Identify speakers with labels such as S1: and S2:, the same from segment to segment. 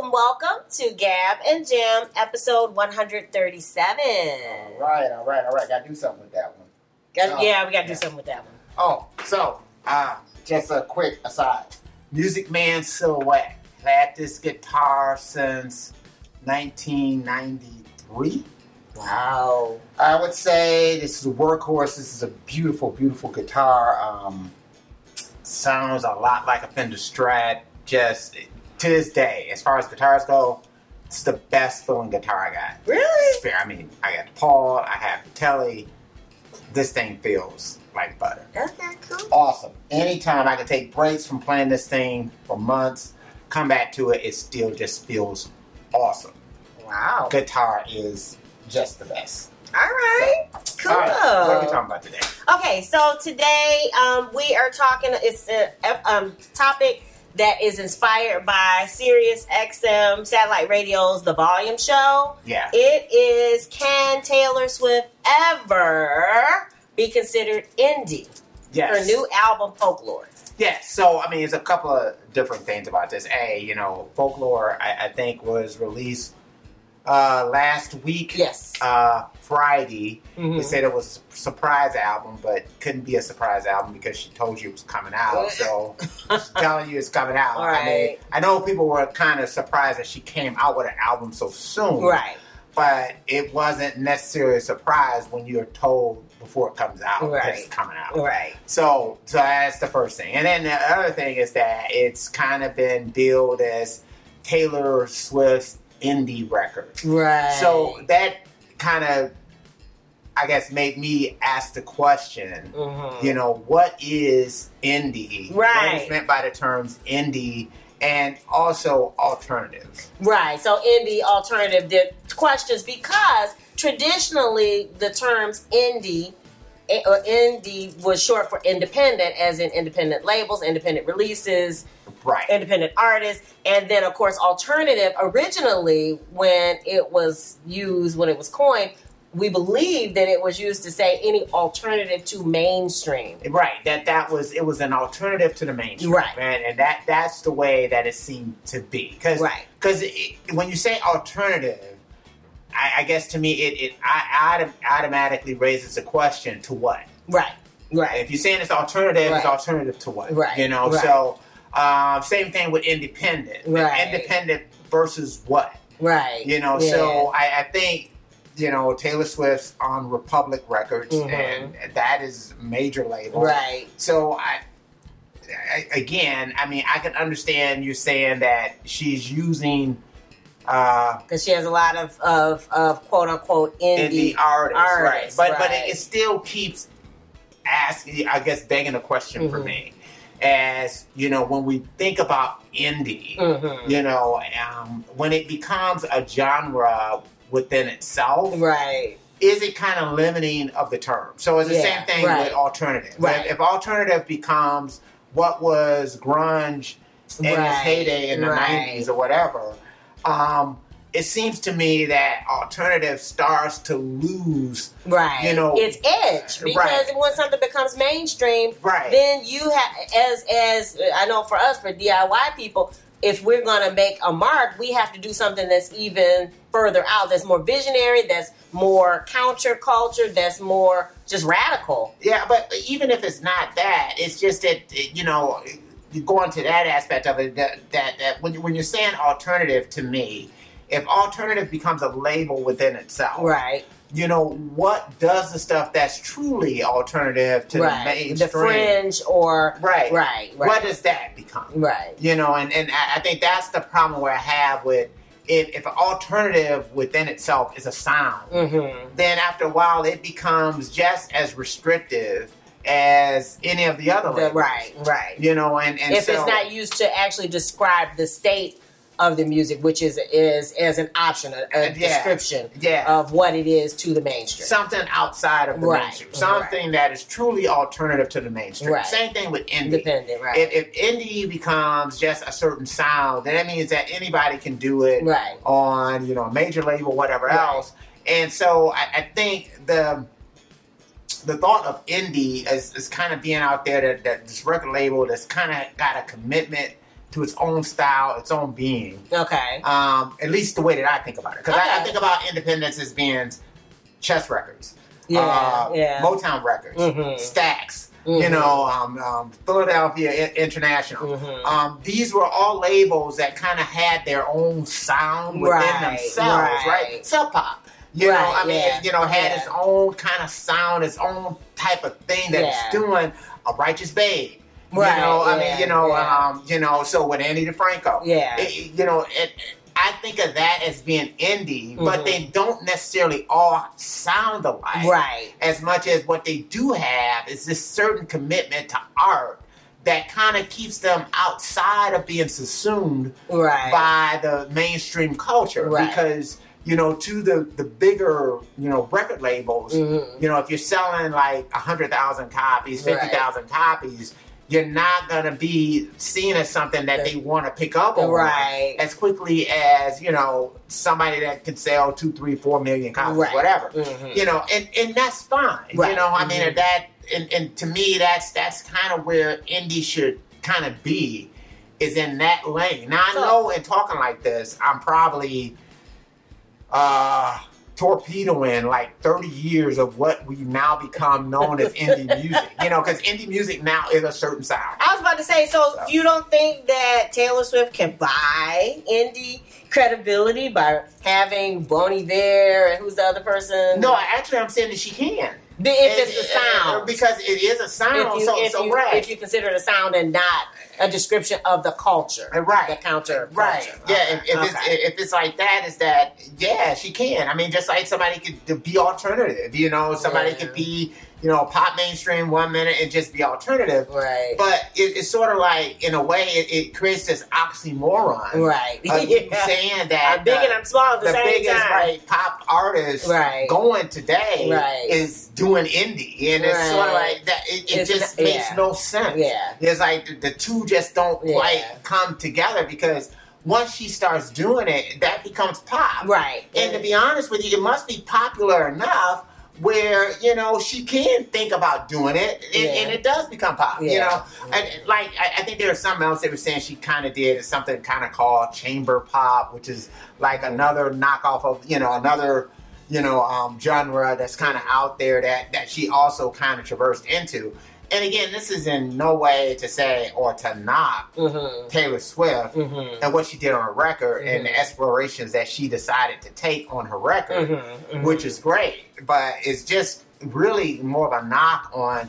S1: welcome to Gab and Jim, episode 137.
S2: All right, all right, all right. Got to do something with that one.
S1: Got-
S2: Oh,
S1: yeah, we got to
S2: yeah.
S1: do something with that one.
S2: Oh, so uh, just a quick aside. Music Man Silhouette had this guitar since 1993.
S1: Wow.
S2: I would say this is a workhorse. This is a beautiful, beautiful guitar. Um, sounds a lot like a Fender Strat. Just to this day, as far as guitars go, it's the best feeling guitar I got.
S1: Really?
S2: Spare- I mean, I got the Paul, I have the Telly. This thing feels like butter.
S1: Okay, cool.
S2: Awesome. Anytime I can take breaks from playing this thing for months, come back to it, it still just feels awesome.
S1: Wow.
S2: Guitar is just the best.
S1: All right. Cool.
S2: All right, what are we talking about today?
S1: Okay, so today um, we are talking. It's a um, topic that is inspired by Sirius XM Satellite Radio's The Volume Show.
S2: Yeah.
S1: It is Can Taylor Swift Ever Be Considered Indie?
S2: Yes.
S1: Her new album, Folklore.
S2: Yes. So I mean, it's a couple of different things about this. A, you know, folklore. I, I think was released uh, last week,
S1: Yes.
S2: uh, Friday. They
S1: Mhm.
S2: said it was a surprise album, but couldn't be a surprise album because she told you it was coming out. So she's telling you it's coming out.
S1: All
S2: I mean,
S1: right.
S2: I know people were kind of surprised that she came out with an album so soon,
S1: Right,
S2: But it wasn't necessarily a surprise when you're told before it comes out that it's
S1: Right.
S2: coming out.
S1: right.
S2: So, so that's the first thing. And then the other thing is that it's kind of been billed as Taylor Swift's indie record.
S1: Right.
S2: So that kind of, I guess, made me ask the question.
S1: Mhm.
S2: You know, what is indie? What
S1: Right.
S2: is meant by the terms indie and also alternative?
S1: Right. So indie alternative di- questions because traditionally the terms indie eh, or indie was short for independent, as in independent labels, independent releases,
S2: Right.
S1: independent artists, and then of course alternative originally when it was used when it was coined. We believe that it was used to say any alternative to mainstream.
S2: Right, that that was it was an alternative to the mainstream,
S1: Right.
S2: And, and that that's the way that it seemed to be, because
S1: Right.
S2: because when you say alternative, I, I guess to me it it I, autom- automatically raises the question to what
S1: Right. Right.
S2: if you're saying it's alternative,
S1: Right.
S2: it's alternative to what
S1: Right.
S2: you know.
S1: Right.
S2: So um, same thing with independent,
S1: Right.
S2: independent versus what
S1: Right.
S2: you know.
S1: Yeah.
S2: So I, I think you know Taylor Swift's on Republic Records,
S1: Mhm.
S2: and that is a major label,
S1: Right.
S2: so I, I again, I mean, I can understand you saying that she's using uh,
S1: Because she has a lot of, of, of quote unquote indie
S2: indie artists,
S1: artists,
S2: right? But but
S1: right.
S2: it, it still keeps asking, I guess, begging the question for
S1: Mhm.
S2: me, as you know, when we think about indie,
S1: Mhm.
S2: you know, um, when it becomes a genre within itself,
S1: Right.
S2: is it kind of limiting of the term? So it's the
S1: Yeah,
S2: same thing
S1: right.
S2: with alternative.
S1: Right.
S2: If, if alternative becomes what was grunge in its
S1: Right,
S2: heyday in the
S1: right.
S2: 90s or whatever, um, it seems to me that alternative starts to lose.
S1: Right.
S2: You know-
S1: it's edge because
S2: Right.
S1: when something becomes mainstream,
S2: Right.
S1: then you have as as I know for us for DIY people, if we're going to make a mark, we have to do something that's even further out, that's more visionary, that's more counterculture, that's more just radical.
S2: yeah, but even if it's not that, it's just that, you know, you go into that aspect of it, that, that, that when, when you're saying alternative to me, if alternative becomes a label within itself,
S1: Right.
S2: you know, what does the stuff that's truly alternative to the
S1: right.
S2: mainstream?
S1: The fringe or
S2: Right.
S1: right. Right.
S2: What does that become?
S1: right.
S2: You know, and, and I I think that's the problem where I have with if, if an alternative within itself is a sound,
S1: Mhm.
S2: then after a while it becomes just as restrictive as any of the other
S1: The-
S2: labels.
S1: right. Right.
S2: You know, and, and
S1: if
S2: so,
S1: it's not used to actually describe the state of the music, which is is as an option, a, a
S2: Uh, yeah.
S1: description
S2: yeah,
S1: of what it is to the mainstream.
S2: something outside of the
S1: oh, Right,
S2: mainstream, something that is truly alternative to the mainstream.
S1: Right.
S2: Same thing with indie.
S1: Independent, right?
S2: If, if indie becomes just a certain sound, then that means that anybody can do it
S1: right.
S2: on you know a major label, whatever
S1: Right.
S2: else. And so I, I think the the thought of indie is, is kind of being out there that, that this record label that's kind of got a commitment to its own style, its own being.
S1: Okay.
S2: Um, at least the way that I think about it, because I, I
S1: Okay.
S2: think about Independence as being chess records,
S1: Yeah.
S2: uh,
S1: yeah.
S2: Motown records,
S1: Mhm.
S2: stacks. You
S1: Mhm.
S2: know, um, um, Philadelphia I- International.
S1: Mhm.
S2: Um, these were all labels that kind of had their own sound within
S1: Right,
S2: themselves, right?
S1: right.
S2: Sub pop. You know,
S1: Right,
S2: I mean,
S1: yeah,
S2: you know, had
S1: yeah.
S2: its own kind of sound, its own type of thing that
S1: Yeah.
S2: it's doing. A righteous babe.
S1: Right,
S2: You know, I
S1: yeah,
S2: mean, you know,
S1: yeah.
S2: um, you know. So with Andy DeFranco,
S1: Yeah.
S2: it- you know, it, I think of that as being indie,
S1: Mhm.
S2: but they don't necessarily all sound alike
S1: right.
S2: as much as what they do have is this certain commitment to art that kind of keeps them outside of being subsumed
S1: Right.
S2: by the mainstream culture
S1: Right.
S2: because you know to the the bigger you know record labels
S1: Mhm.
S2: you know if you're selling like 100000 copies
S1: Right.
S2: 50000 copies you're not going to be seen as something that they want to pick up on
S1: Right.
S2: as quickly as you know somebody that can sell two three four million copies
S1: Right.
S2: whatever
S1: Mhm.
S2: you know, and and that's fine.
S1: Right.
S2: You know, I mean
S1: Mhm.
S2: that, and, and to me, that's that's kind of where indie should kind of be, is in that lane. Now I
S1: So-
S2: know in talking like this, I'm probably uh torpedoing like 30 years of what we now become known as indie music. You know, because indie music now is a certain sound.
S1: I was about to say, so
S2: So.
S1: you don't think that Taylor Swift can buy indie credibility by having Bon Iver and who's the other person?
S2: No, actually, I'm saying that she can.
S1: The- if it's the
S2: And- and-
S1: sound.
S2: because it is a sound.
S1: if you,
S2: so
S1: if,
S2: so
S1: you,
S2: right.
S1: if you consider the sound and not a description of the culture,
S2: Right.
S1: The counter,
S2: Right.
S1: culture.
S2: Yeah.
S1: Okay.
S2: If, if, it's,
S1: Okay.
S2: if it's like that, is that yeah, she can. I mean, just like somebody could be alternative. You know, somebody
S1: Yeah.
S2: could be you know pop mainstream one minute and just be alternative.
S1: right,
S2: But it, it's sort of like in a way, it, it creates this oxymoron
S1: right.
S2: of you
S1: Yeah.
S2: saying that
S1: I'm big
S2: the-
S1: and I'm small at the,
S2: the,
S1: same
S2: biggest
S1: time.
S2: like pop artist
S1: Right.
S2: going today
S1: Right.
S2: is doing indie, and it's sort of
S1: Right.
S2: like that. It, it
S1: It's
S2: just
S1: not-
S2: makes
S1: yeah.
S2: no sense.
S1: Yeah.
S2: It's like the, the two just don't
S1: Yeah.
S2: quite come together because once she starts doing it, that becomes pop.
S1: Right.
S2: And to be honest with you, it must be popular enough where you know she can think about doing it, and,
S1: Yeah.
S2: and it does become pop. You
S1: Yeah.
S2: know, and and, like I, I think there was something else they were saying she kind of did is something kind of called chamber pop, which is like another knockoff of you know another you know um, genre that's kind of out there that that she also kind of traversed into. And again, this is in no way to say or to knock
S1: Mm-hmm.
S2: Taylor Swift
S1: Mm-hmm.
S2: and what she did on her record and
S1: Mhm.
S2: the explorations that she decided to take on her record,
S1: Mm-hmm.
S2: which is great. But it's just really more of a knock on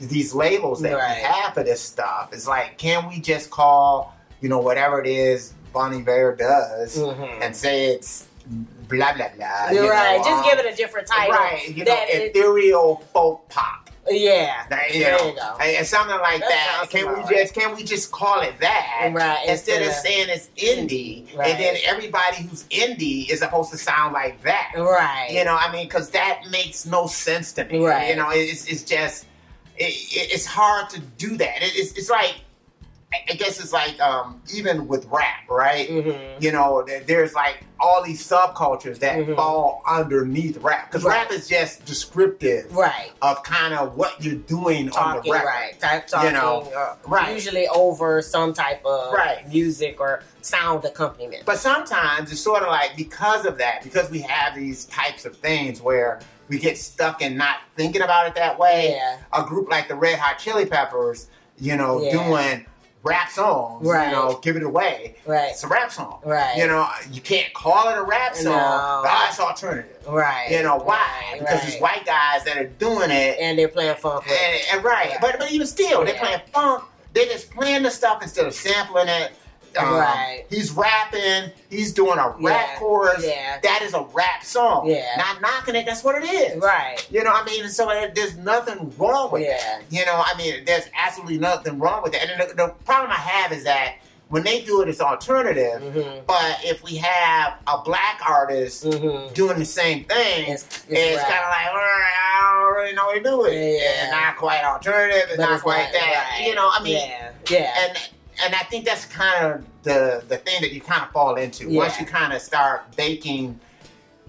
S2: these labels that
S1: Right.
S2: we have for this stuff. It's like, can we just call, you know, whatever it is Bonnie Bear does
S1: Mm-hmm.
S2: and say it's blah, blah, blah.
S1: You're
S2: you
S1: right.
S2: know,
S1: Just
S2: um,
S1: give it a different title.
S2: Right, you know,
S1: that it,
S2: ethereal folk pop.
S1: yeah.
S2: That, you
S1: There
S2: know,
S1: you go.
S2: and- and something like
S1: That
S2: that.
S1: sounds
S2: Can we
S1: about right.
S2: just can we just call it that?
S1: Right.
S2: instead of saying it's indie,
S1: Right.
S2: and then everybody who's indie is supposed to sound like that.
S1: right.
S2: You know, I mean, because that makes no sense to me.
S1: Right.
S2: You know, it- it's, it's just it, it, it's hard to do that. It, it's, it's like I- I guess it's like um, even with rap, right?
S1: Mm-hmm.
S2: You know, th- there's like all these subcultures that
S1: Mhm.
S2: fall underneath rap because
S1: Right.
S2: rap is just descriptive
S1: Right.
S2: of kind of what you're doing on the
S1: Talking,
S2: record.
S1: right. Type talking,
S2: You know,
S1: uh,
S2: right.
S1: usually over some type of
S2: Right.
S1: music or sound accompaniment.
S2: But sometimes it's sort of like because of that, because we have these types of things where we get stuck in not thinking about it that way.
S1: yeah.
S2: A group like the Red Hot Chili Peppers, you know,
S1: Yeah.
S2: doing rap songs,
S1: Right.
S2: you know, give it away.
S1: Right.
S2: It's a rap song.
S1: Right.
S2: You know, you can't call it a rap song.
S1: No.
S2: but, "Ah, it's alternative.
S1: Right.
S2: You know why?
S1: Right,
S2: because
S1: right.
S2: it's white guys that are doing it,
S1: And they're playing funk. with it.
S2: and, and right.
S1: Right.
S2: But but even still, they're
S1: Yeah.
S2: playing funk. They're just playing the stuff instead of sampling it. Um,
S1: Right.
S2: He's rapping. He's doing a rap
S1: Yeah.
S2: chorus.
S1: Yeah.
S2: That is a rap song.
S1: Yeah.
S2: Not knocking it. That's what it is.
S1: Right.
S2: You know, I mean, so there- there's nothing wrong with
S1: Yeah.
S2: that. You know, I mean, there's absolutely nothing wrong with that. And the, the problem I have is that when they do it, it's alternative.
S1: Mm-hmm.
S2: But if we have a black artist
S1: Mm-hmm.
S2: doing the same thing,
S1: It's, it's,
S2: it's
S1: rap.
S2: kind of like, all right, I don't really know what to do with it.
S1: Yeah.
S2: And not quite alternative, and
S1: But
S2: not
S1: it's
S2: quite
S1: not
S2: that.
S1: right.
S2: You know, I mean,
S1: yeah. Yeah.
S2: and and I think that's kind of the the thing that you kind of fall into
S1: Yeah.
S2: once you kind of start baking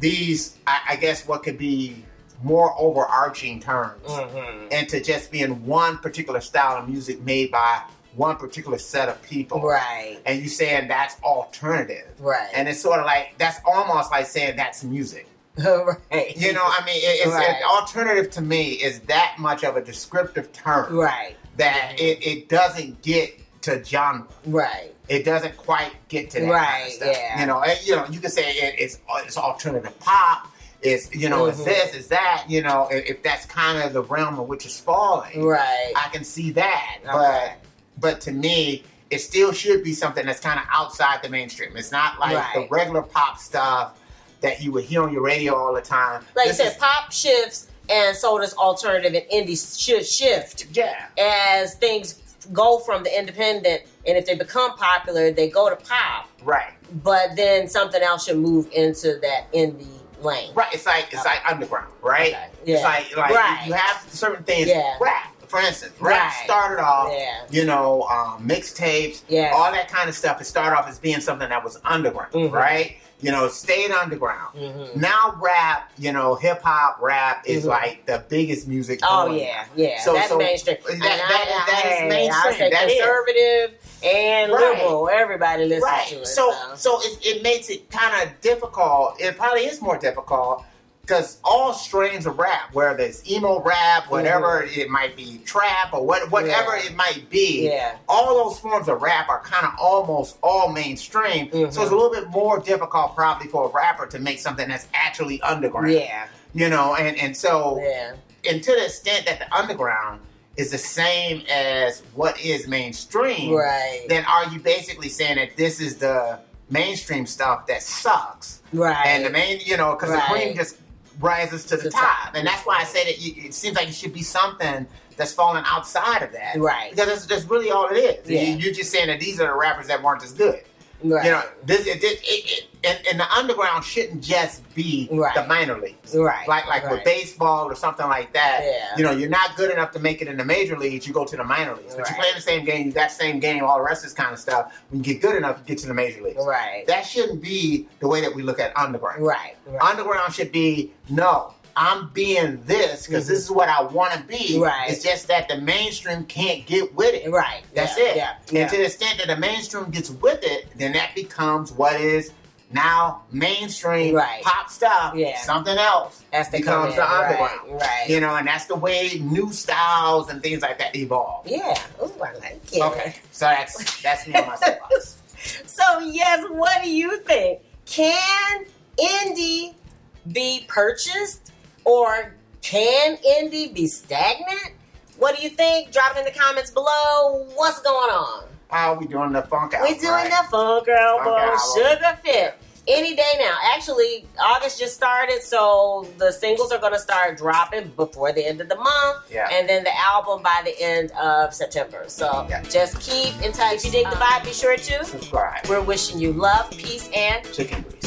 S2: these, I, I guess, what could be more overarching terms
S1: mm-hmm.
S2: into just being one particular style of music made by one particular set of people.
S1: Right.
S2: And you saying that's alternative.
S1: Right.
S2: And it's sort of like that's almost like saying that's music.
S1: right.
S2: You know, I mean, it, it's
S1: Right.
S2: an alternative to me is that much of a descriptive term
S1: Right.
S2: that it, it doesn't get to genre.
S1: Right.
S2: It doesn't quite get to that kind
S1: Right,
S2: of stuff.
S1: yeah.
S2: You know, and, you know, you can say it, it's it's alternative pop. It's you know, it's
S1: Mhm.
S2: this, it's that. You know, if, if that's kind of the realm in which it's falling,
S1: Right.
S2: I can see that.
S1: Okay.
S2: But but to me, it still should be something that's kind of outside the mainstream. It's not like the
S1: Right.
S2: regular pop stuff that you would hear on your radio all the time.
S1: Like you
S2: This
S1: said,
S2: is-
S1: pop shifts and so does alternative and indie should shift
S2: yeah,
S1: as things go from the independent and if they become popular, they go to pop.
S2: right,
S1: But then something else should move into that indie lane.
S2: right. It's like it's like underground, right?
S1: Okay.
S2: It's
S1: Yeah.
S2: like like
S1: Right.
S2: you have certain things.
S1: Yeah.
S2: Rap, for instance, rap
S1: Right.
S2: started off.
S1: Yeah.
S2: You know, um, mixtapes,
S1: Yeah.
S2: all that kind of stuff. It started off as being something that was underground,
S1: Mhm.
S2: right? You know, stayed underground.
S1: Mhm.
S2: Now rap, you know, hip hop rap is
S1: Mhm.
S2: like the biggest music.
S1: Oh
S2: going.
S1: yeah, yeah.
S2: So-
S1: that's
S2: so
S1: mainstream.
S2: that-
S1: And
S2: that- that is
S1: hey, I
S2: mainstream.
S1: say
S2: That is.
S1: conservative and
S2: Right.
S1: liberal. Everybody listens
S2: Right.
S1: to it.
S2: So so it, it makes it kind of difficult. It probably is more difficult because all strains of rap, whether it's emo rap, whatever it might be, trap or what, whatever
S1: Yeah.
S2: it might be,
S1: yeah,
S2: all those forms of rap are kind of almost all mainstream.
S1: Mhm.
S2: So it's a little bit more difficult probably for a rapper to make something that's actually underground.
S1: yeah,
S2: You know, and and so
S1: yeah,
S2: and to the extent that the underground is the same as what is mainstream,
S1: right,
S2: then are you basically saying that this is the mainstream stuff that sucks?
S1: right,
S2: And the main, you know, because
S1: Right.
S2: the cream just rises to the,
S1: To
S2: top.
S1: top.
S2: And that's why I say that you, it seems like it should be something that's falling outside of that.
S1: right,
S2: Because that's, that's really all it is.
S1: Yeah.
S2: You, you're just saying that these are the rappers that weren't as good.
S1: right,
S2: You know, this, it, it, it, and, and the underground shouldn't just be
S1: Right.
S2: the minor leagues
S1: right,
S2: like like with
S1: right.
S2: baseball or something like that.
S1: Yeah.
S2: You know, you're not good enough to make it in the major leagues. You go to the minor leagues, but you
S1: Right.
S2: play in the same game, you got the same game, all the rest of this kind of stuff. When you get good enough, you get to the major leagues.
S1: right,
S2: That shouldn't be the way that we look at underground.
S1: right, right,
S2: Underground should be no. I'm being this because this is what I want to be.
S1: Mm-hmm. Right.
S2: It's just that the mainstream can't get with it.
S1: right.
S2: That's
S1: yeah,
S2: it.
S1: Yeah,
S2: And to the extent that the mainstream gets with it, then that becomes what is now mainstream
S1: Right.
S2: pop stuff.
S1: Yeah.
S2: Something else
S1: As they
S2: becomes the
S1: come in,
S2: underground.
S1: Right, right.
S2: you know, and that's the way new styles and things like that evolve.
S1: yeah. Ooh, I like it.
S2: Okay, so that's that's me and my soapbox.
S1: So yes, what do you think? Can indie be purchased or can indie be stagnant? What do you think? Drop it in the comments below. What's going on?
S2: How are we doing the funk out?
S1: we doing
S2: right?
S1: the Fun Girl
S2: Funk
S1: Bowl
S2: album.
S1: Sugar Fit any day now. Actually, August just started, so the singles are going to start dropping before the end of the month
S2: Yeah.
S1: and then the album by the end of September. So
S2: Yeah.
S1: just keep in touch. If you dig the vibe, be sure to.
S2: Subscribe.
S1: We're wishing you love, peace, and
S2: Chicken breast.